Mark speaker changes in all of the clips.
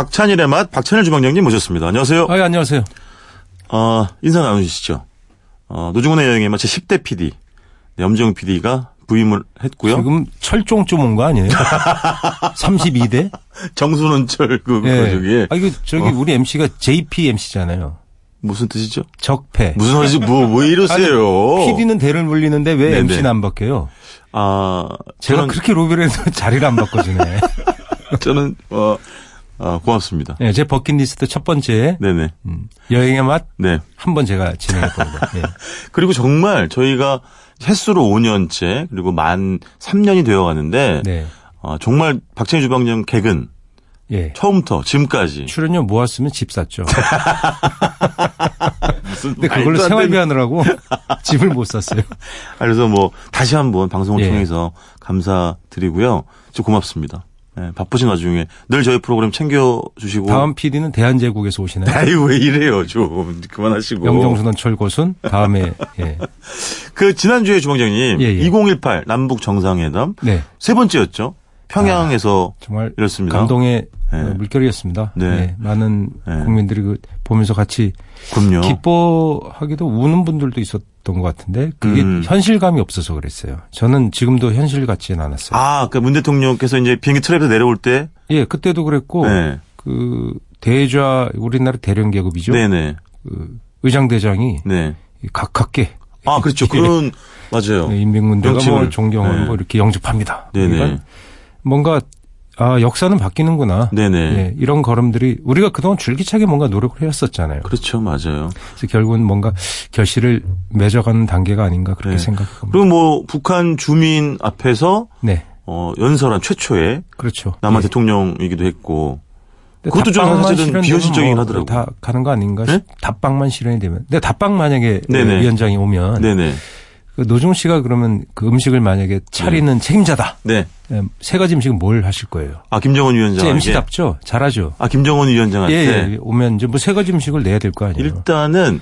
Speaker 1: 박찬일의 맛 박찬일 주방장님 모셨습니다. 안녕하세요.
Speaker 2: 아, 예, 안녕하세요. 아.
Speaker 1: 어, 인사 나누시죠. 어, 노중훈의 여행의 맛 제10대 PD 네, 염정 PD가 부임을 했고요.
Speaker 2: 지금 철종쯤 온 거 아니에요? 32대?
Speaker 1: 정순원철 그
Speaker 2: 예.
Speaker 1: 저기 어.
Speaker 2: 아, 이거 저기 우리 MC가 JP MC잖아요.
Speaker 1: 무슨 뜻이죠?
Speaker 2: 적폐.
Speaker 1: 무슨 소리지? 뭐, 뭐 이러세요?
Speaker 2: PD는 대를 물리는데 왜
Speaker 1: 네네.
Speaker 2: MC는 안 바뀌어요?
Speaker 1: 아,
Speaker 2: 제가
Speaker 1: 저는,
Speaker 2: 그렇게 로비를 해서 자리를 안 바꿔주네.
Speaker 1: 저는, 어, 아, 고맙습니다.
Speaker 2: 예, 제 버킷리스트 첫 번째
Speaker 1: 네네.
Speaker 2: 음, 여행의 맛 한
Speaker 1: 네.
Speaker 2: 번 제가 진행해 봅니다. 예.
Speaker 1: 그리고 정말 저희가 횟수로 5년째, 그리고 만 3년이 되어 가는데,
Speaker 2: 네.
Speaker 1: 아, 정말 박찬희 주방장 객은
Speaker 2: 예.
Speaker 1: 처음부터 지금까지.
Speaker 2: 출연료 모았으면 집 샀죠.
Speaker 1: 무슨
Speaker 2: 근데 그걸로
Speaker 1: 말도 안
Speaker 2: 생활비
Speaker 1: 되는-
Speaker 2: 하느라고 집을 못 샀어요.
Speaker 1: 아, 그래서 뭐, 다시 한번 방송을
Speaker 2: 예.
Speaker 1: 통해서 감사드리고요. 저 고맙습니다. 예, 바쁘신 와중에 늘 저희 프로그램 챙겨주시고.
Speaker 2: 다음 PD는 대한제국에서 오시나요?
Speaker 1: 아이, 왜 이래요, 좀. 그만하시고.
Speaker 2: 영정순원 철고순 다음에 예.
Speaker 1: 그 지난주에 주방장님
Speaker 2: 예, 예.
Speaker 1: 2018 남북 정상회담
Speaker 2: 네. 아,
Speaker 1: 세 번째였죠. 평양에서
Speaker 2: 정말
Speaker 1: 이렇습니다.
Speaker 2: 감동의
Speaker 1: 예.
Speaker 2: 어, 물결이었습니다.
Speaker 1: 네. 어.
Speaker 2: 예, 많은
Speaker 1: 예.
Speaker 2: 국민들이 그 보면서 같이
Speaker 1: 군요.
Speaker 2: 기뻐하기도 우는 분들도 있었던 것 같은데 그게
Speaker 1: 음.
Speaker 2: 현실감이 없어서 그랬어요. 저는 지금도 현실 같지는 않았어요.
Speaker 1: 아, 그러니까 문 대통령께서 이제 비행기 트랩에서 내려올 때
Speaker 2: 예, 그때도 그랬고
Speaker 1: 네.
Speaker 2: 그 대좌 우리나라 대령 계급이죠.
Speaker 1: 네, 네.
Speaker 2: 그 의장 대장이
Speaker 1: 네.
Speaker 2: 가깝게
Speaker 1: 아, 그렇죠. 그런 맞아요.
Speaker 2: 인민군대가 뭐
Speaker 1: 명칭을.
Speaker 2: 존경을
Speaker 1: 어. 네.
Speaker 2: 뭐 이렇게 영접합니다.
Speaker 1: 네네.
Speaker 2: 그러니까 뭔가 아 역사는 바뀌는구나.
Speaker 1: 네네.
Speaker 2: 예, 이런 걸음들이 우리가 그동안 줄기차게 뭔가 노력을 해왔었잖아요.
Speaker 1: 그렇죠. 맞아요.
Speaker 2: 그래서 결국은 뭔가 결실을 맺어가는 단계가 아닌가 그렇게
Speaker 1: 네.
Speaker 2: 생각합니다.
Speaker 1: 그리고 뭐 북한 주민 앞에서
Speaker 2: 네,
Speaker 1: 어, 연설한 최초의
Speaker 2: 그렇죠.
Speaker 1: 남한 대통령이기도 했고
Speaker 2: 근데
Speaker 1: 그것도 좀
Speaker 2: 답방만
Speaker 1: 사실은
Speaker 2: 실현되면
Speaker 1: 비현실적이긴
Speaker 2: 뭐
Speaker 1: 하더라고요.
Speaker 2: 다 가는 거 아닌가?
Speaker 1: 네?
Speaker 2: 싶 답방만 실현이 되면. 근데 답방 만약에 그
Speaker 1: 네네.
Speaker 2: 위원장이 오면
Speaker 1: 네, 네.
Speaker 2: 그 노중 씨가 그러면 그 음식을 만약에 차리는 책임자다.
Speaker 1: 네.
Speaker 2: 예, 세 가지 음식은 뭘 하실 거예요?
Speaker 1: 아, 김정은
Speaker 2: 제
Speaker 1: 위원장한테
Speaker 2: MC답죠. 잘하죠.
Speaker 1: 아, 김정은 위원장한테
Speaker 2: 예, 예. 오면 이제 뭐 세 가지 음식을 내야 될 거 아니에요.
Speaker 1: 일단은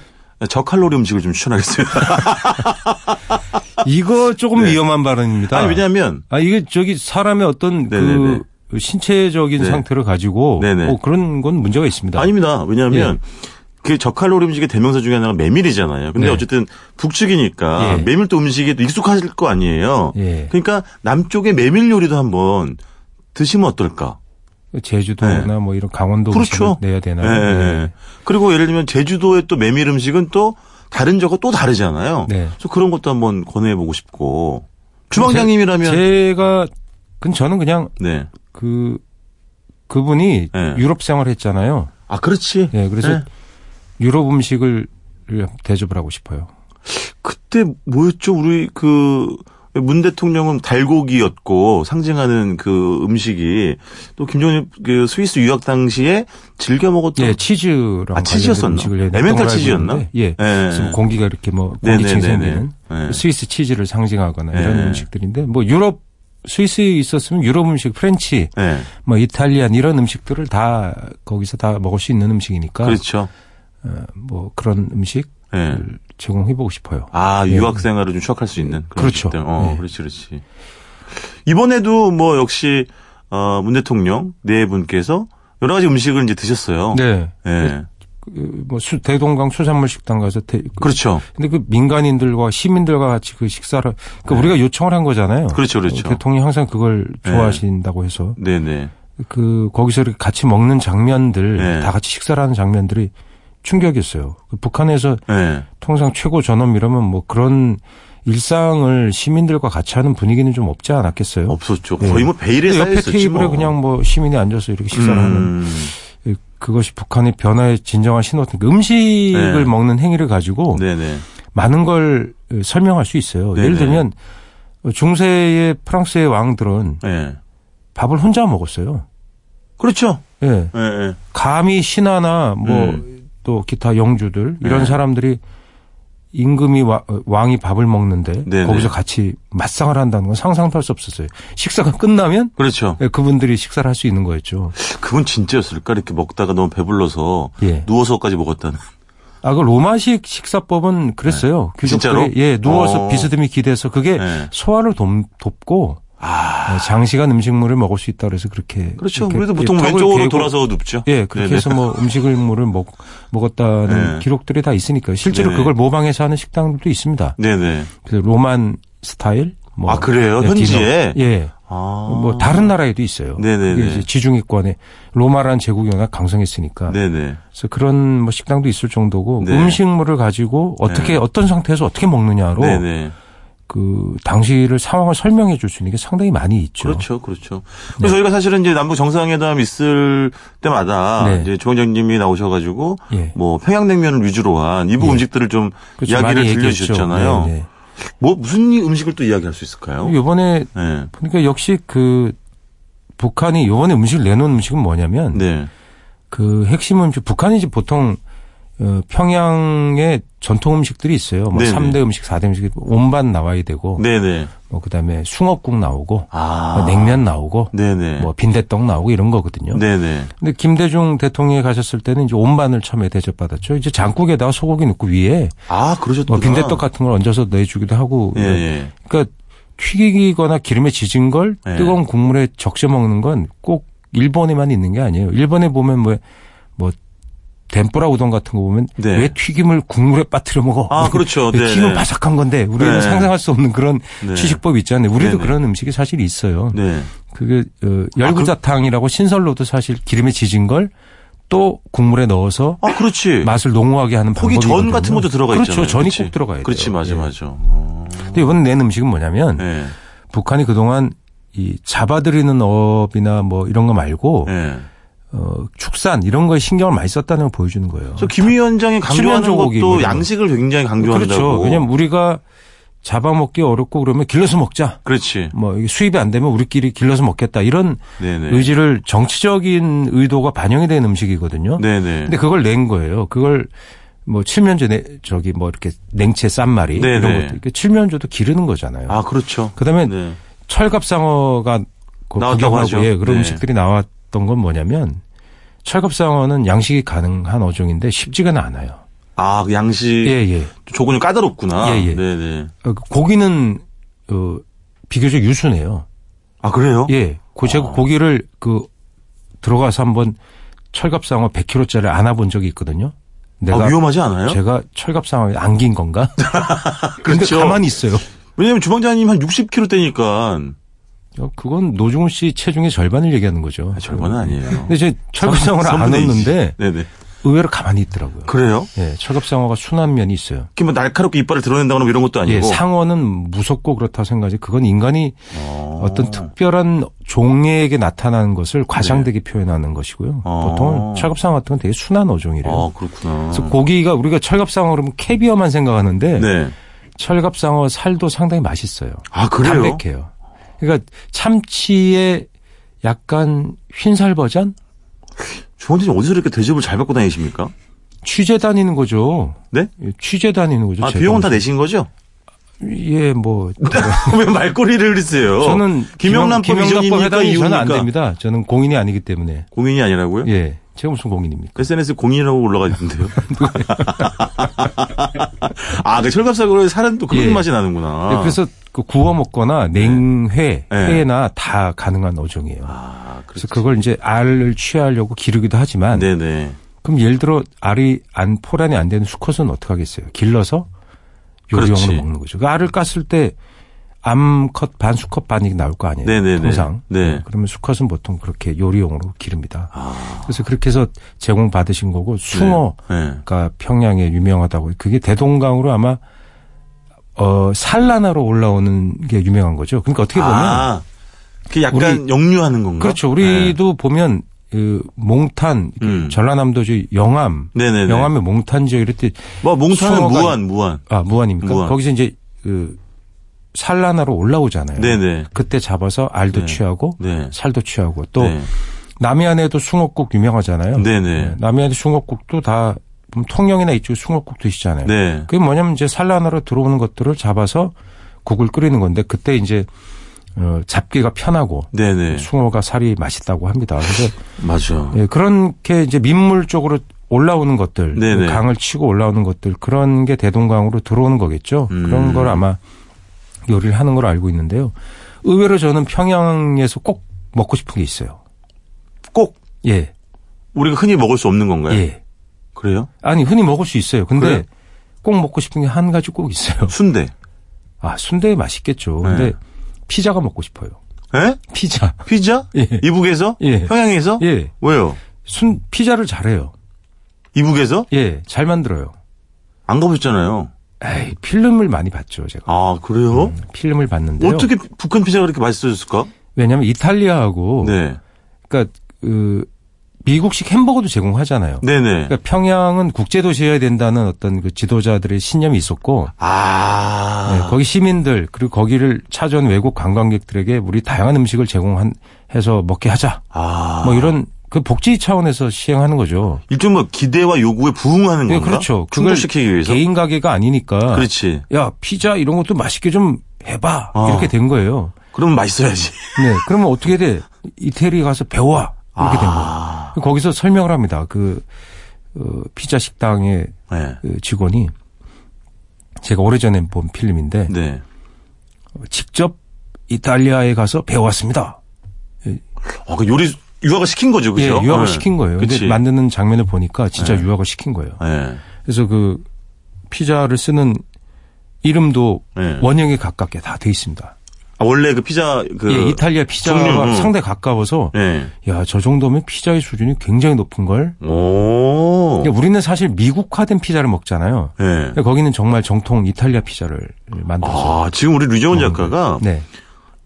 Speaker 1: 저칼로리 음식을 좀 추천하겠습니다.
Speaker 2: 이거 조금
Speaker 1: 네.
Speaker 2: 위험한 발언입니다.
Speaker 1: 아니 왜냐하면
Speaker 2: 아, 이게 저기 사람의 어떤
Speaker 1: 네네네.
Speaker 2: 그 신체적인
Speaker 1: 네.
Speaker 2: 상태를 가지고
Speaker 1: 네네.
Speaker 2: 어, 그런 건 문제가 있습니다.
Speaker 1: 아닙니다.
Speaker 2: 예.
Speaker 1: 왜냐하면 그 저칼로리 음식의 대명사 중에 하나가 메밀이잖아요. 근데
Speaker 2: 네.
Speaker 1: 어쨌든 북측이니까
Speaker 2: 예.
Speaker 1: 메밀도 음식에 또 익숙하실 거 아니에요.
Speaker 2: 예.
Speaker 1: 그러니까 남쪽의 메밀 요리도 한번 드시면 어떨까?
Speaker 2: 제주도나
Speaker 1: 네.
Speaker 2: 뭐 이런 강원도
Speaker 1: 그렇죠.
Speaker 2: 음식을 내야 되나.
Speaker 1: 예, 예.
Speaker 2: 네.
Speaker 1: 그리고 예를 들면 제주도의 또 메밀 음식은 또 다른 저거 또 다르잖아요.
Speaker 2: 네.
Speaker 1: 그래서 그런 것도 한번 권해보고 싶고 주방장님이라면
Speaker 2: 제가 그 저는 그냥
Speaker 1: 네.
Speaker 2: 그 그분이
Speaker 1: 네.
Speaker 2: 유럽 생활했잖아요.
Speaker 1: 아 그렇지.
Speaker 2: 예, 그래서
Speaker 1: 네.
Speaker 2: 유럽 음식을 대접을 하고 싶어요.
Speaker 1: 그때 뭐였죠? 우리 그, 문 대통령은 달고기였고 상징하는 그 음식이 또 김정일 그 스위스 유학 당시에 즐겨 먹었던
Speaker 2: 예, 치즈랑
Speaker 1: 아, 치즈였었나?
Speaker 2: 음식을 했던
Speaker 1: 에멘탈
Speaker 2: 걸로 알고
Speaker 1: 치즈였나? 네.
Speaker 2: 있는데, 예. 그래서 공기가 이렇게 뭐 공기층이 생기는 그
Speaker 1: 네네네네. 네.
Speaker 2: 스위스 치즈를 상징하거나
Speaker 1: 네.
Speaker 2: 이런 음식들인데 뭐 유럽 스위스에 있었으면 유럽 음식, 프렌치,
Speaker 1: 네.
Speaker 2: 뭐 이탈리안 이런 음식들을 다 거기서 다 먹을 수 있는 음식이니까
Speaker 1: 그렇죠.
Speaker 2: 어, 뭐 그런 음식
Speaker 1: 예.
Speaker 2: 을 제공해 보고 싶어요.
Speaker 1: 아
Speaker 2: 네.
Speaker 1: 유학 생활을 좀 추억할 수 있는 그런
Speaker 2: 그렇죠.
Speaker 1: 음식들. 어,
Speaker 2: 네.
Speaker 1: 그렇지, 그렇지. 이번에도 뭐 역시 어, 문 대통령 네 분께서 여러 가지 음식을 이제 드셨어요.
Speaker 2: 네.
Speaker 1: 예.
Speaker 2: 그뭐 수, 대동강 수산물 식당 가서 대, 그,
Speaker 1: 그렇죠.
Speaker 2: 근데 그 민간인들과 시민들과 같이 그 식사를 그러니까 우리가 요청을 한 거잖아요.
Speaker 1: 네. 그렇죠, 그렇죠.
Speaker 2: 어, 대통령이 항상 그걸
Speaker 1: 네.
Speaker 2: 좋아하신다고 해서
Speaker 1: 네네.
Speaker 2: 그 거기서 이렇게 같이 먹는 장면들
Speaker 1: 네.
Speaker 2: 다 같이 식사를 하는 장면들이 충격이었어요. 그 북한에서
Speaker 1: 예.
Speaker 2: 통상 최고 전업 이러면 뭐 그런 일상을 시민들과 같이 하는 분위기는 좀 없지 않았겠어요?
Speaker 1: 없었죠.
Speaker 2: 네.
Speaker 1: 거의 뭐 베일에
Speaker 2: 옆에
Speaker 1: 쌓여 있었지
Speaker 2: 테이블에
Speaker 1: 뭐.
Speaker 2: 그냥 뭐 시민이 앉아서 이렇게 식사를 하는
Speaker 1: 음.
Speaker 2: 그것이 북한의 변화의 진정한 신호였던 그 음식을
Speaker 1: 네.
Speaker 2: 먹는 행위를 가지고
Speaker 1: 네네.
Speaker 2: 많은 걸 어, 설명할 수 있어요. 예를
Speaker 1: 네네.
Speaker 2: 들면 어, 중세의 프랑스의 왕들은
Speaker 1: 예.
Speaker 2: 밥을 혼자 먹었어요.
Speaker 1: 그렇죠.
Speaker 2: 예.
Speaker 1: 예, 예.
Speaker 2: 감히 신하나 뭐
Speaker 1: 음.
Speaker 2: 또 기타 영주들 이런
Speaker 1: 네.
Speaker 2: 사람들이 임금이 와- 어, 왕이 밥을 먹는데
Speaker 1: 네네.
Speaker 2: 거기서 같이 맞상을 한다는 건 상상도 할 수 없었어요. 식사가 끝나면
Speaker 1: 그렇죠.
Speaker 2: 예, 그분들이 식사를 할 수 있는 거였죠.
Speaker 1: 그건 진짜였을까? 이렇게 먹다가 너무 배불러서
Speaker 2: 예.
Speaker 1: 누워서까지 먹었다는.
Speaker 2: 아, 그 로마식 식사법은 그랬어요.
Speaker 1: 네. 진짜로?
Speaker 2: 귀족들이, 예, 누워서
Speaker 1: 어.
Speaker 2: 비스듬히 기대서 그게
Speaker 1: 네.
Speaker 2: 소화를 돕, 고
Speaker 1: 아,
Speaker 2: 어, 장시간 음식물을 먹을 수 있다 그래서 그렇게
Speaker 1: 그렇죠.
Speaker 2: 이렇게
Speaker 1: 우리도 보통
Speaker 2: 예, 턱을
Speaker 1: 왼쪽으로
Speaker 2: 개고-
Speaker 1: 돌아서 눕죠.
Speaker 2: 예, 그렇게
Speaker 1: 네네.
Speaker 2: 해서 뭐 음식물을 먹 먹었다는
Speaker 1: 네.
Speaker 2: 기록들이 다 있으니까요. 실제로
Speaker 1: 네네.
Speaker 2: 그걸 모방해서 하는 식당들도 있습니다.
Speaker 1: 네네.
Speaker 2: 그래서 로만 스타일 뭐
Speaker 1: 아, 그래요?
Speaker 2: 네,
Speaker 1: 현지에?
Speaker 2: 디너. 예.
Speaker 1: 아.
Speaker 2: 뭐 다른 나라에도 있어요.
Speaker 1: 네네네.
Speaker 2: 뭐 그게 이제 지중해권에 로마라는 제국이 워낙 강성했으니까.
Speaker 1: 네네.
Speaker 2: 그래서 그런 뭐 식당도 있을 정도고
Speaker 1: 네.
Speaker 2: 음식물을 가지고 어떻게
Speaker 1: 네.
Speaker 2: 어떤 상태에서 어떻게 먹느냐로
Speaker 1: 네네.
Speaker 2: 그 당시를 상황을 설명해 줄 수 있는 게 상당히 많이 있죠. 네.
Speaker 1: 그렇죠, 그렇죠. 그래서 저희가 사실은 이제 남북 정상회담 있을 때마다
Speaker 2: 네.
Speaker 1: 이제 조원장님이 나오셔가지고
Speaker 2: 예.
Speaker 1: 뭐 평양냉면을 위주로 한 이북
Speaker 2: 예.
Speaker 1: 음식들을 좀
Speaker 2: 그렇죠.
Speaker 1: 이야기를
Speaker 2: 많이 얘기했죠.
Speaker 1: 들려주셨잖아요.
Speaker 2: 네,
Speaker 1: 뭐 무슨 이 음식을 또 이야기할 수 있을까요?
Speaker 2: 네. 요번에
Speaker 1: 네,
Speaker 2: 보니까 역시 그 북한이 요번에 음식을 내놓은 음식은 뭐냐면
Speaker 1: 네,
Speaker 2: 그 핵심 음식 북한이 이제 보통 어, 평양의 전통 음식들이 있어요. 뭐
Speaker 1: 네네.
Speaker 2: 3대 음식, 4대 음식 온반 나와야 되고
Speaker 1: 네, 네.
Speaker 2: 뭐 그다음에 숭어국 나오고
Speaker 1: 아,
Speaker 2: 뭐 냉면 나오고
Speaker 1: 네, 네,
Speaker 2: 뭐 빈대떡 나오고 이런 거거든요.
Speaker 1: 네, 네.
Speaker 2: 근데 김대중 대통령이 가셨을 때는 이제 온반을 처음에 대접받았죠. 이제 장국에다가 소고기 넣고 위에
Speaker 1: 아,
Speaker 2: 뭐
Speaker 1: 그러셨구나.
Speaker 2: 빈대떡 같은 걸 얹어서 내주기도 하고
Speaker 1: 예, 예.
Speaker 2: 그러니까 튀기거나 기름에 지진 걸
Speaker 1: 네.
Speaker 2: 뜨거운 국물에 적셔 먹는 건 꼭 일본에만 있는 게 아니에요. 일본에 보면 뭐, 뭐, 덴뿌라 우동 같은 거 보면
Speaker 1: 네.
Speaker 2: 왜 튀김을 국물에 빠뜨려 먹어?
Speaker 1: 아, 그렇죠.
Speaker 2: 왜
Speaker 1: 네,
Speaker 2: 튀김은
Speaker 1: 네.
Speaker 2: 바삭한 건데 우리는
Speaker 1: 네.
Speaker 2: 상상할 수 없는 그런
Speaker 1: 네.
Speaker 2: 취식법 있잖아요. 우리도
Speaker 1: 네네.
Speaker 2: 그런 음식이 사실 있어요.
Speaker 1: 네. 아, 그
Speaker 2: 그게 어, 열구자탕이라고 신설로도 사실 기름에 지진 걸 또 국물에 넣어서
Speaker 1: 아, 그렇지.
Speaker 2: 맛을 농후하게 하는
Speaker 1: 거기
Speaker 2: 방법이거든요.
Speaker 1: 전 같은 것도 들어가
Speaker 2: 그렇죠.
Speaker 1: 있잖아요.
Speaker 2: 전이
Speaker 1: 그렇지?
Speaker 2: 꼭 들어가야
Speaker 1: 그렇지,
Speaker 2: 돼요.
Speaker 1: 맞아,
Speaker 2: 예.
Speaker 1: 맞아. 어.
Speaker 2: 근데 이번에 낸 음식은 뭐냐면
Speaker 1: 네,
Speaker 2: 북한이 그동안 이 잡아들이는 업이나 뭐 이런 거 말고
Speaker 1: 네.
Speaker 2: 어, 축산 이런 거에 신경을 많이 썼다는 걸 보여주는 거예요.
Speaker 1: 그래서 김 위원장이 강조하는
Speaker 2: 칠면조 고기 뭐
Speaker 1: 것도
Speaker 2: 이런 거.
Speaker 1: 양식을 굉장히 강조한다고.
Speaker 2: 그렇죠. 왜냐면 우리가 잡아먹기 어렵고 그러면 길러서 먹자.
Speaker 1: 그렇지.
Speaker 2: 뭐 이게 수입이 안 되면 우리끼리 길러서 먹겠다 이런
Speaker 1: 네네.
Speaker 2: 의지를 정치적인 의도가 반영이 된 음식이거든요.
Speaker 1: 네네.
Speaker 2: 근데 그걸 낸 거예요. 그걸 뭐 칠면조 내, 저기 뭐 이렇게 냉채 쌈말이
Speaker 1: 네네.
Speaker 2: 이런 것들 그러니까 칠면조도 기르는 거잖아요.
Speaker 1: 아, 그렇죠.
Speaker 2: 그다음에
Speaker 1: 네.
Speaker 2: 철갑상어가 그
Speaker 1: 나왔다고 하죠.
Speaker 2: 구경하고 예, 그런
Speaker 1: 네.
Speaker 2: 음식들이 나왔던 건 뭐냐면 철갑상어는 양식이 가능한 어종인데 쉽지가 않아요.
Speaker 1: 아, 그 양식
Speaker 2: 예, 예.
Speaker 1: 조건이 까다롭구나.
Speaker 2: 예, 예.
Speaker 1: 네네.
Speaker 2: 어, 그 고기는 어, 비교적 유순해요.
Speaker 1: 아, 그래요?
Speaker 2: 예. 그 제가
Speaker 1: 아.
Speaker 2: 고기를 그 들어가서 한번 철갑상어 100kg짜리 안아본 적이 있거든요.
Speaker 1: 아,
Speaker 2: 내가
Speaker 1: 위험하지 않아요?
Speaker 2: 제가 철갑상어에 안긴 건가? 근데
Speaker 1: 그렇죠.
Speaker 2: 가만히 있어요.
Speaker 1: 왜냐면 주방장님 한 60kg 되니까
Speaker 2: 어, 그건 노중훈 씨 체중의 절반을 얘기하는 거죠.
Speaker 1: 아, 절반은 아니에요.
Speaker 2: 근데 제 철갑상어를 안
Speaker 1: 3분의 1이지.
Speaker 2: 넣는데
Speaker 1: 네네.
Speaker 2: 의외로 가만히 있더라고요.
Speaker 1: 그래요?
Speaker 2: 예, 철갑상어가 순한 면이 있어요.
Speaker 1: 이렇게 뭐 날카롭게 이빨을 드러낸다거나 뭐 이런 것도 아니고.
Speaker 2: 예, 상어는 무섭고 그렇다 생각하지 그건 인간이
Speaker 1: 어.
Speaker 2: 어떤 특별한 종에게 나타나는 것을 과장되게
Speaker 1: 네.
Speaker 2: 표현하는 것이고요.
Speaker 1: 어.
Speaker 2: 보통은 철갑상어 같은 건 되게 순한 어종이래요.
Speaker 1: 아, 그렇구나.
Speaker 2: 그래서 고기가 우리가 철갑상어 그러면 캐비어만 생각하는데
Speaker 1: 네.
Speaker 2: 철갑상어 살도 상당히 맛있어요.
Speaker 1: 아, 그래요?
Speaker 2: 담백해요. 그러니까 참치의 약간 흰살 버전
Speaker 1: 주방장님 어디서 이렇게 대접을 잘 받고 다니십니까?
Speaker 2: 취재 다니는 거죠.
Speaker 1: 네?
Speaker 2: 예, 취재 다니는 거죠.
Speaker 1: 아,
Speaker 2: 제가.
Speaker 1: 비용은 다 내신 거죠?
Speaker 2: 예, 뭐
Speaker 1: 왜 말꼬리를 흐리세요?
Speaker 2: 저는
Speaker 1: 어, 김영란법
Speaker 2: 김영- 김영란법
Speaker 1: 이전입니까?
Speaker 2: 해당이 저는 안
Speaker 1: 이후입니까?
Speaker 2: 됩니다. 저는 공인이 아니기 때문에.
Speaker 1: 공인이 아니라고요?
Speaker 2: 예. 제가 무슨 공인입니까?
Speaker 1: SNS 공인이라고 올라가 있는데요. 아, 그 철갑사고로의 살은 또 그런
Speaker 2: 예.
Speaker 1: 맛이 나는구나.
Speaker 2: 예, 그래서 그 구워 먹거나 냉회,
Speaker 1: 아. 네.
Speaker 2: 회나 다 가능한 어종이에요.
Speaker 1: 아, 그래서
Speaker 2: 그래서 그걸 이제 알을 취하려고 기르기도 하지만
Speaker 1: 네네.
Speaker 2: 그럼 예를 들어 알이 안 포란이 안 되는 수컷은 어떻게 하겠어요? 길러서 요리용으로
Speaker 1: 그렇지.
Speaker 2: 먹는 거죠. 그 알을 깠을 때 암컷 반, 수컷 반이 나올 거 아니에요.
Speaker 1: 네네네.
Speaker 2: 통상. 예.
Speaker 1: 네.
Speaker 2: 그러면 수컷은 보통 그렇게 요리용으로 기릅니다.
Speaker 1: 아.
Speaker 2: 그래서 그렇게 해서 제공 받으신 거고 숭어
Speaker 1: 네.
Speaker 2: 가 평양에 유명하다고 그게 대동강으로 아마 어 산란하러 올라오는 게 유명한 거죠. 그러니까 어떻게 보면
Speaker 1: 아, 그 약간 역류하는 건가? 네.
Speaker 2: 그렇죠. 우리도 보면 그 몽탄 그
Speaker 1: 음.
Speaker 2: 전라남도 지 영암
Speaker 1: 네. 네네네.
Speaker 2: 영암의 몽탄 지역 이럴 때아
Speaker 1: 뭐, 몽탄은
Speaker 2: 수어가-
Speaker 1: 무한, 무한.
Speaker 2: 무안입니까?
Speaker 1: 무안.
Speaker 2: 거기서 이제 그 산란하러 올라오잖아요.
Speaker 1: 네네.
Speaker 2: 그때 잡아서 알도
Speaker 1: 네.
Speaker 2: 취하고
Speaker 1: 네.
Speaker 2: 살도 취하고 또
Speaker 1: 네.
Speaker 2: 남해안에도 숭어국 유명하잖아요.
Speaker 1: 네네.
Speaker 2: 남해안에 숭어국도 다 보면 통영이나 이쪽에 숭어국도 있잖아요.
Speaker 1: 네.
Speaker 2: 그게 뭐냐면 이제 산란하러 들어오는 것들을 잡아서 국을 끓이는 건데 그때 이제 어, 잡기가 편하고
Speaker 1: 네네.
Speaker 2: 숭어가 살이 맛있다고 합니다. 그래서
Speaker 1: 맞아.
Speaker 2: 예, 그렇게 이제 민물 쪽으로 올라오는 것들,
Speaker 1: 네네.
Speaker 2: 강을 치고 올라오는 것들 그런 게 대동강으로 들어오는 거겠죠.
Speaker 1: 음.
Speaker 2: 그런 걸 아마 요리를 하는 걸 알고 있는데요. 의외로 저는 평양에서 꼭 먹고 싶은 게 있어요.
Speaker 1: 꼭
Speaker 2: 예.
Speaker 1: 우리가 흔히 먹을 수 없는 건가요?
Speaker 2: 예.
Speaker 1: 그래요?
Speaker 2: 아니, 흔히 먹을 수 있어요. 근데
Speaker 1: 그래요?
Speaker 2: 꼭 먹고 싶은 게 한 가지 꼭 있어요.
Speaker 1: 순대.
Speaker 2: 아, 순대 맛있겠죠. 근데
Speaker 1: 네.
Speaker 2: 피자가 먹고 싶어요.
Speaker 1: 에?
Speaker 2: 피자.
Speaker 1: 예? 피자?
Speaker 2: 예.
Speaker 1: 이북에서?
Speaker 2: 예.
Speaker 1: 평양에서?
Speaker 2: 예.
Speaker 1: 왜요?
Speaker 2: 순 피자를 잘해요.
Speaker 1: 이북에서?
Speaker 2: 예. 잘 만들어요.
Speaker 1: 안 가보셨잖아요.
Speaker 2: 에이, 필름을 많이 봤죠, 제가.
Speaker 1: 아, 그래요?
Speaker 2: 음, 필름을 봤는데요.
Speaker 1: 어떻게 북한 피자가 그렇게 맛있어졌을까?
Speaker 2: 왜냐면 이탈리아하고
Speaker 1: 네.
Speaker 2: 그러니까 그 미국식 햄버거도 제공하잖아요.
Speaker 1: 네네.
Speaker 2: 그러니까 평양은 국제 도시여야 된다는 어떤 그 지도자들의 신념이 있었고
Speaker 1: 아.
Speaker 2: 네, 거기 시민들 그리고 거기를 찾아온 외국 관광객들에게 우리 다양한 음식을 제공한 해서 먹게 하자.
Speaker 1: 아.
Speaker 2: 뭐 이런 그 복지 차원에서 시행하는 거죠.
Speaker 1: 일종 뭐 기대와 요구에 부응하는
Speaker 2: 예,
Speaker 1: 건가?
Speaker 2: 그렇죠. 그걸
Speaker 1: 충족시키기 위해서.
Speaker 2: 개인 가게가 아니니까
Speaker 1: 그렇지.
Speaker 2: 야 피자 이런 것도 맛있게 좀 해봐
Speaker 1: 아.
Speaker 2: 이렇게 된 거예요.
Speaker 1: 그러면 맛있어야지.
Speaker 2: 네, 그러면 어떻게 돼? 이태리 가서 배워와 이렇게 된 거예요.
Speaker 1: 아.
Speaker 2: 거기서 설명을 합니다. 그 어, 피자 식당의
Speaker 1: 네.
Speaker 2: 그 직원이 제가 오래전에 본 필름인데
Speaker 1: 네.
Speaker 2: 직접 이탈리아에 가서 배워왔습니다.
Speaker 1: 아, 그 요리 유아가 시킨 거죠,
Speaker 2: 예,
Speaker 1: 그죠?
Speaker 2: 유학을
Speaker 1: 네.
Speaker 2: 시킨 거예요.
Speaker 1: 그치. 네.
Speaker 2: 근데 만드는 장면을 보니까 진짜 유학을 시킨 거예요.
Speaker 1: 예.
Speaker 2: 그래서 그 피자를 쓰는 이름도
Speaker 1: 예.
Speaker 2: 원형에 가깝게 다 돼 있습니다.
Speaker 1: 아, 원래 그 피자 그
Speaker 2: 예, 이탈리아 피자가
Speaker 1: 종류, 음.
Speaker 2: 상당히 가까워서
Speaker 1: 예.
Speaker 2: 야, 저 정도면 피자의 수준이 굉장히 높은 걸.
Speaker 1: 오.
Speaker 2: 그러니까 우리는 사실 미국화된 피자를 먹잖아요.
Speaker 1: 예.
Speaker 2: 근데 거기는 정말 정통 이탈리아 피자를 만들어서.
Speaker 1: 아, 지금 우리 류재원 작가가
Speaker 2: 네.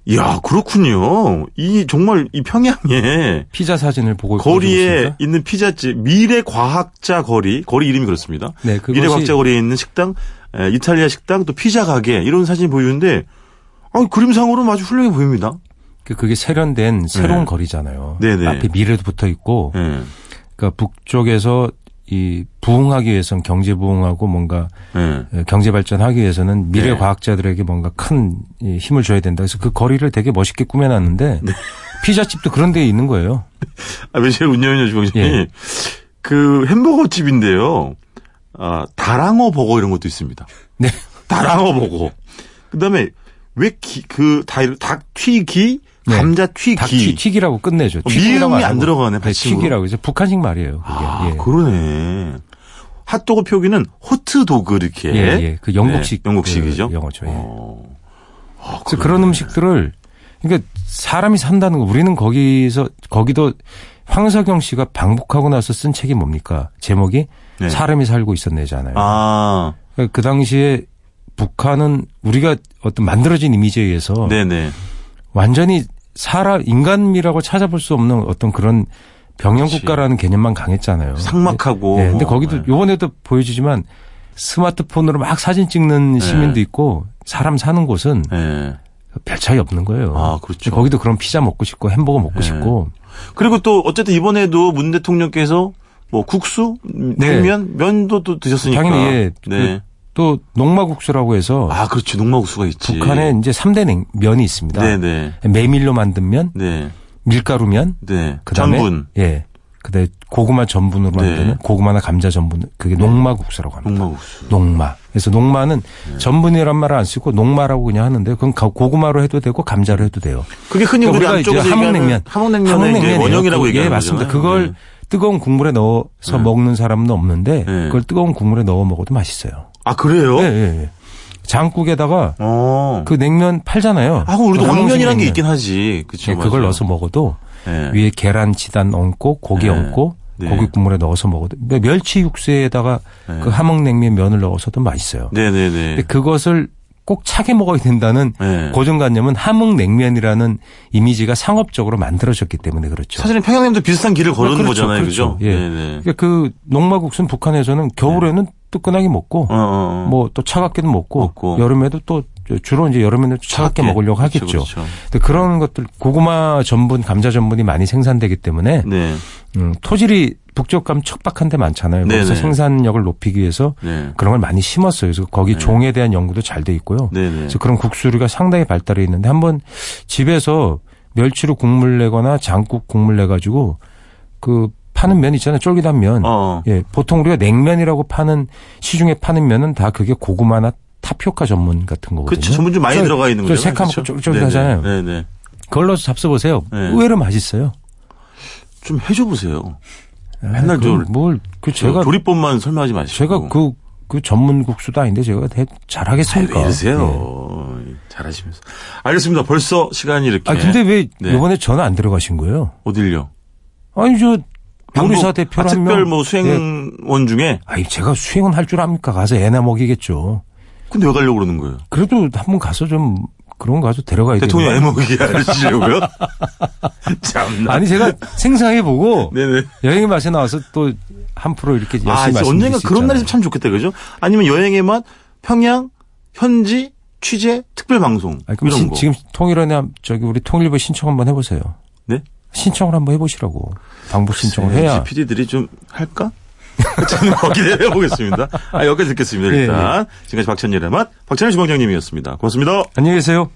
Speaker 1: 이야, 그렇군요. 이 정말 이 평양에
Speaker 2: 피자 사진을 보고
Speaker 1: 거리에
Speaker 2: 보여주고 있습니다.
Speaker 1: 있는 피자집 미래 과학자 거리 거리 이름이 그렇습니다.
Speaker 2: 네, 그것이-
Speaker 1: 미래 과학자 거리에 있는 식당, 에, 이탈리아 식당 또 피자 가게 이런 사진 보이는데 아, 그림상으로는 아주 훌륭해 보입니다.
Speaker 2: 그- 그게 세련된 새로운
Speaker 1: 네.
Speaker 2: 거리잖아요.
Speaker 1: 네네.
Speaker 2: 앞에 미래도 붙어 있고
Speaker 1: 예.
Speaker 2: 그러니까 북쪽에서 이 부흥하기 위해선 경제 부흥하고 뭔가
Speaker 1: 예.
Speaker 2: 에, 경제 발전하기 위해서는 미래
Speaker 1: 네.
Speaker 2: 과학자들에게 뭔가 큰 이, 힘을 줘야 된다. 그래서 그 거리를 되게 멋있게 꾸며놨는데
Speaker 1: 네.
Speaker 2: 피자집도 그런 데 있는 거예요.
Speaker 1: 아, 왜제 운영위원 주방장이
Speaker 2: 예.
Speaker 1: 그 햄버거 집인데요. 아, 다랑어 버거 이런 것도 있습니다.
Speaker 2: 네.
Speaker 1: 다랑어 버거. 그다음에 왜그닭 튀기,
Speaker 2: 네.
Speaker 1: 감자 튀기.
Speaker 2: 닭 튀- 튀기라고 끝내죠.
Speaker 1: 어,
Speaker 2: 튀기라고
Speaker 1: 미음이 안
Speaker 2: 하고.
Speaker 1: 들어가네,
Speaker 2: 네,
Speaker 1: 받침으로.
Speaker 2: 튀기라고 이제 북한식 말이에요. 그게.
Speaker 1: 아,
Speaker 2: 예.
Speaker 1: 그러네. 핫도그 표기는 호트도그 이렇게.
Speaker 2: 예, 예. 그 영국식
Speaker 1: 네, 영국식이죠.
Speaker 2: 그 영어죠. 예.
Speaker 1: 어. 아,
Speaker 2: 그래서 그런 음식들을 그러니까 사람이 산다는 거 우리는 거기서 거기도 황석영 씨가 방북하고 나서 쓴 책이 뭡니까? 제목이
Speaker 1: 네.
Speaker 2: 사람이 살고 있었네잖아요.
Speaker 1: 아,
Speaker 2: 그러니까 그 당시에 북한은 우리가 어떤 만들어진 이미지에 의해서
Speaker 1: 네네.
Speaker 2: 어. 완전히 사람 인간미라고 찾아볼 수 없는 어떤 그런 병영
Speaker 1: 그렇지.
Speaker 2: 국가라는 개념만 강했잖아요.
Speaker 1: 삭막하고.
Speaker 2: 네, 근데 거기도
Speaker 1: 네.
Speaker 2: 요번에도 보여주지만 스마트폰으로 막 사진 찍는 시민도 있고 사람 사는 곳은
Speaker 1: 네.
Speaker 2: 별 차이 없는 거예요.
Speaker 1: 아, 그렇죠.
Speaker 2: 거기도 그런 피자 먹고 싶고 햄버거 먹고
Speaker 1: 네.
Speaker 2: 싶고
Speaker 1: 그리고 또 어쨌든 이번에도 문 대통령께서 뭐 국수, 음,
Speaker 2: 네.
Speaker 1: 냉면, 면도 또 드셨으니까.
Speaker 2: 당연히 예,
Speaker 1: 그러니까. 네.
Speaker 2: 또 농마국수라고 해서
Speaker 1: 아, 그렇지. 농마국수가 있지.
Speaker 2: 북한에 이제 3대 냉, 면이 있습니다.
Speaker 1: 네네.
Speaker 2: 메밀로 만든 면,
Speaker 1: 네.
Speaker 2: 밀가루 면,
Speaker 1: 네.
Speaker 2: 그다음에
Speaker 1: 전분.
Speaker 2: 예. 그다음에 고구마 전분으로
Speaker 1: 네.
Speaker 2: 만드는 고구마나 감자 전분 그게 농마국수라고 합니다.
Speaker 1: 농마국수.
Speaker 2: 농마. 그래서 농마는 전분이란 말을 안 쓰고 농마라고 그냥 하는데 그건 가- 고구마로 해도 되고 감자로 해도 돼요. 그러니까
Speaker 1: 그게 흔히 우리
Speaker 2: 우리가 이제
Speaker 1: 안쪽에서
Speaker 2: 하몽냉면,
Speaker 1: 함흥냉면 이제 원형이라고 얘기하는
Speaker 2: 예, 맞습니다.
Speaker 1: 거잖아요.
Speaker 2: 그걸
Speaker 1: 네.
Speaker 2: 뜨거운 국물에 넣어서 먹는 사람은 없는데
Speaker 1: 네.
Speaker 2: 그걸 뜨거운 국물에 넣어 먹어도 맛있어요.
Speaker 1: 아, 그래요?
Speaker 2: 예, 예, 예. 장국에다가
Speaker 1: 어.
Speaker 2: 그 냉면 팔잖아요.
Speaker 1: 아, 그럼 우리도
Speaker 2: 함흥냉면.
Speaker 1: 원면이라는 게 있긴 하지. 그쵸.
Speaker 2: 예, 그걸
Speaker 1: 네, 맞아요.
Speaker 2: 넣어서 먹어도
Speaker 1: 예.
Speaker 2: 위에 계란 지단 얹고 고기
Speaker 1: 네.
Speaker 2: 얹고
Speaker 1: 네.
Speaker 2: 고기 국물에 넣어서 먹어도 며- 멸치 육수에다가
Speaker 1: 네.
Speaker 2: 그 함흥냉면 면을 넣어서도 맛있어요.
Speaker 1: 네네네.
Speaker 2: 근데 그것을 꼭 차게 먹어야 된다는
Speaker 1: 네.
Speaker 2: 예. 고정관념은 함흥냉면이라는 이미지가 상업적으로 만들어졌기 때문에 그렇죠.
Speaker 1: 사실은 평양냉도 비슷한 길을 걸은
Speaker 2: 그렇죠,
Speaker 1: 거잖아요,
Speaker 2: 그렇죠.
Speaker 1: 그죠?
Speaker 2: 예.
Speaker 1: 네네. 네.
Speaker 2: 그러니까 그 농마국수는 북한에서는 겨울에는 뜨끈하게 먹고
Speaker 1: 어, 어, 어.
Speaker 2: 뭐 또 차갑게도 먹고,
Speaker 1: 먹고.
Speaker 2: 여름에도 또 주로 이제 여름에는 차갑게, 먹으려고
Speaker 1: 그렇죠,
Speaker 2: 하겠죠. 그
Speaker 1: 그렇죠.
Speaker 2: 근데 그런 것들 고구마 전분, 감자 전분이 많이 생산되기 때문에
Speaker 1: 네.
Speaker 2: 음, 토질이 북쪽감 척박한 데 많잖아요.
Speaker 1: 네네.
Speaker 2: 그래서 생산력을 높이기 위해서
Speaker 1: 네.
Speaker 2: 그런 걸 많이 심었어요. 그래서 거기 종에 대한 연구도 잘 돼 있고요.
Speaker 1: 네네.
Speaker 2: 그래서 그런 국수류가 상당히 발달해 있는데 한번 집에서 멸치로 국물 내거나 장국 국물 내 가지고 그 파는 면 있잖아요. 쫄깃한
Speaker 1: 어.
Speaker 2: 면.
Speaker 1: 어.
Speaker 2: 예, 보통 우리가 냉면이라고 파는 시중에 파는 면은 다 그게 고구마나 타피오카 전문 같은 거거든요.
Speaker 1: 그렇죠. 전분 좀 많이
Speaker 2: 저-
Speaker 1: 들어가 있는
Speaker 2: 저
Speaker 1: 거죠.
Speaker 2: 새카맣고 쫄깃쫄깃하잖아요.
Speaker 1: 네네.
Speaker 2: 그걸로 잡숴 보세요.
Speaker 1: 네.
Speaker 2: 의외로 맛있어요.
Speaker 1: 좀 해줘 보세요.
Speaker 2: 아,
Speaker 1: 맨날
Speaker 2: 그걸
Speaker 1: 저- 어.
Speaker 2: 뭘, 그 제가,
Speaker 1: 조리법만 설명하지 마시고.
Speaker 2: 제가 그, 그 전문 국수도 아닌데 제가 대-
Speaker 1: 아유,
Speaker 2: 잘하겠습니까?
Speaker 1: 왜
Speaker 2: 예.
Speaker 1: 이러세요. 잘하시면서. 알겠습니다. 벌써 시간이 이렇게.
Speaker 2: 아, 근데 왜
Speaker 1: 네.
Speaker 2: 이번에 전화 안 들어가신 거예요?
Speaker 1: 어딜요?
Speaker 2: 아니, 저, 요리사
Speaker 1: 방법-
Speaker 2: 대표로
Speaker 1: 아,
Speaker 2: 한 명.
Speaker 1: 특별 뭐
Speaker 2: 예.
Speaker 1: 수행원 중에.
Speaker 2: 아니, 제가 수행은 할 줄 압니까? 가서 애나 먹이겠죠.
Speaker 1: 근데 왜 가려고 그러는 거예요?
Speaker 2: 그래도 한 번 가서 좀, 그런 거 가서 데려가야 돼요.
Speaker 1: 대통령 애먹이게 하시려고요? 참나.
Speaker 2: 아니, 제가 생각해보고,
Speaker 1: 네네.
Speaker 2: 여행의 맛에 나와서 또 한 프로 이렇게 열심히
Speaker 1: 아, 진짜
Speaker 2: 말씀드릴 수
Speaker 1: 언젠가 그런 날이
Speaker 2: 있잖아요.
Speaker 1: 참 좋겠다, 그죠? 아니면 여행의 맛, 평양, 현지, 취재, 특별 방송.
Speaker 2: 아니, 그럼
Speaker 1: 이런
Speaker 2: 신-
Speaker 1: 거.
Speaker 2: 지금 통일원에 한- 저기 우리 통일부 신청 한번 해보세요.
Speaker 1: 네?
Speaker 2: 신청을 한번 해보시라고 방북 신청을 해야.
Speaker 1: PD들이 좀 할까? 저는 기대해 보겠습니다. 아, 여기까지 듣겠습니다,
Speaker 2: 예,
Speaker 1: 일단. 지금까지 박찬일의 맛, 박찬일 주방장님이었습니다. 고맙습니다.
Speaker 2: 안녕히 계세요.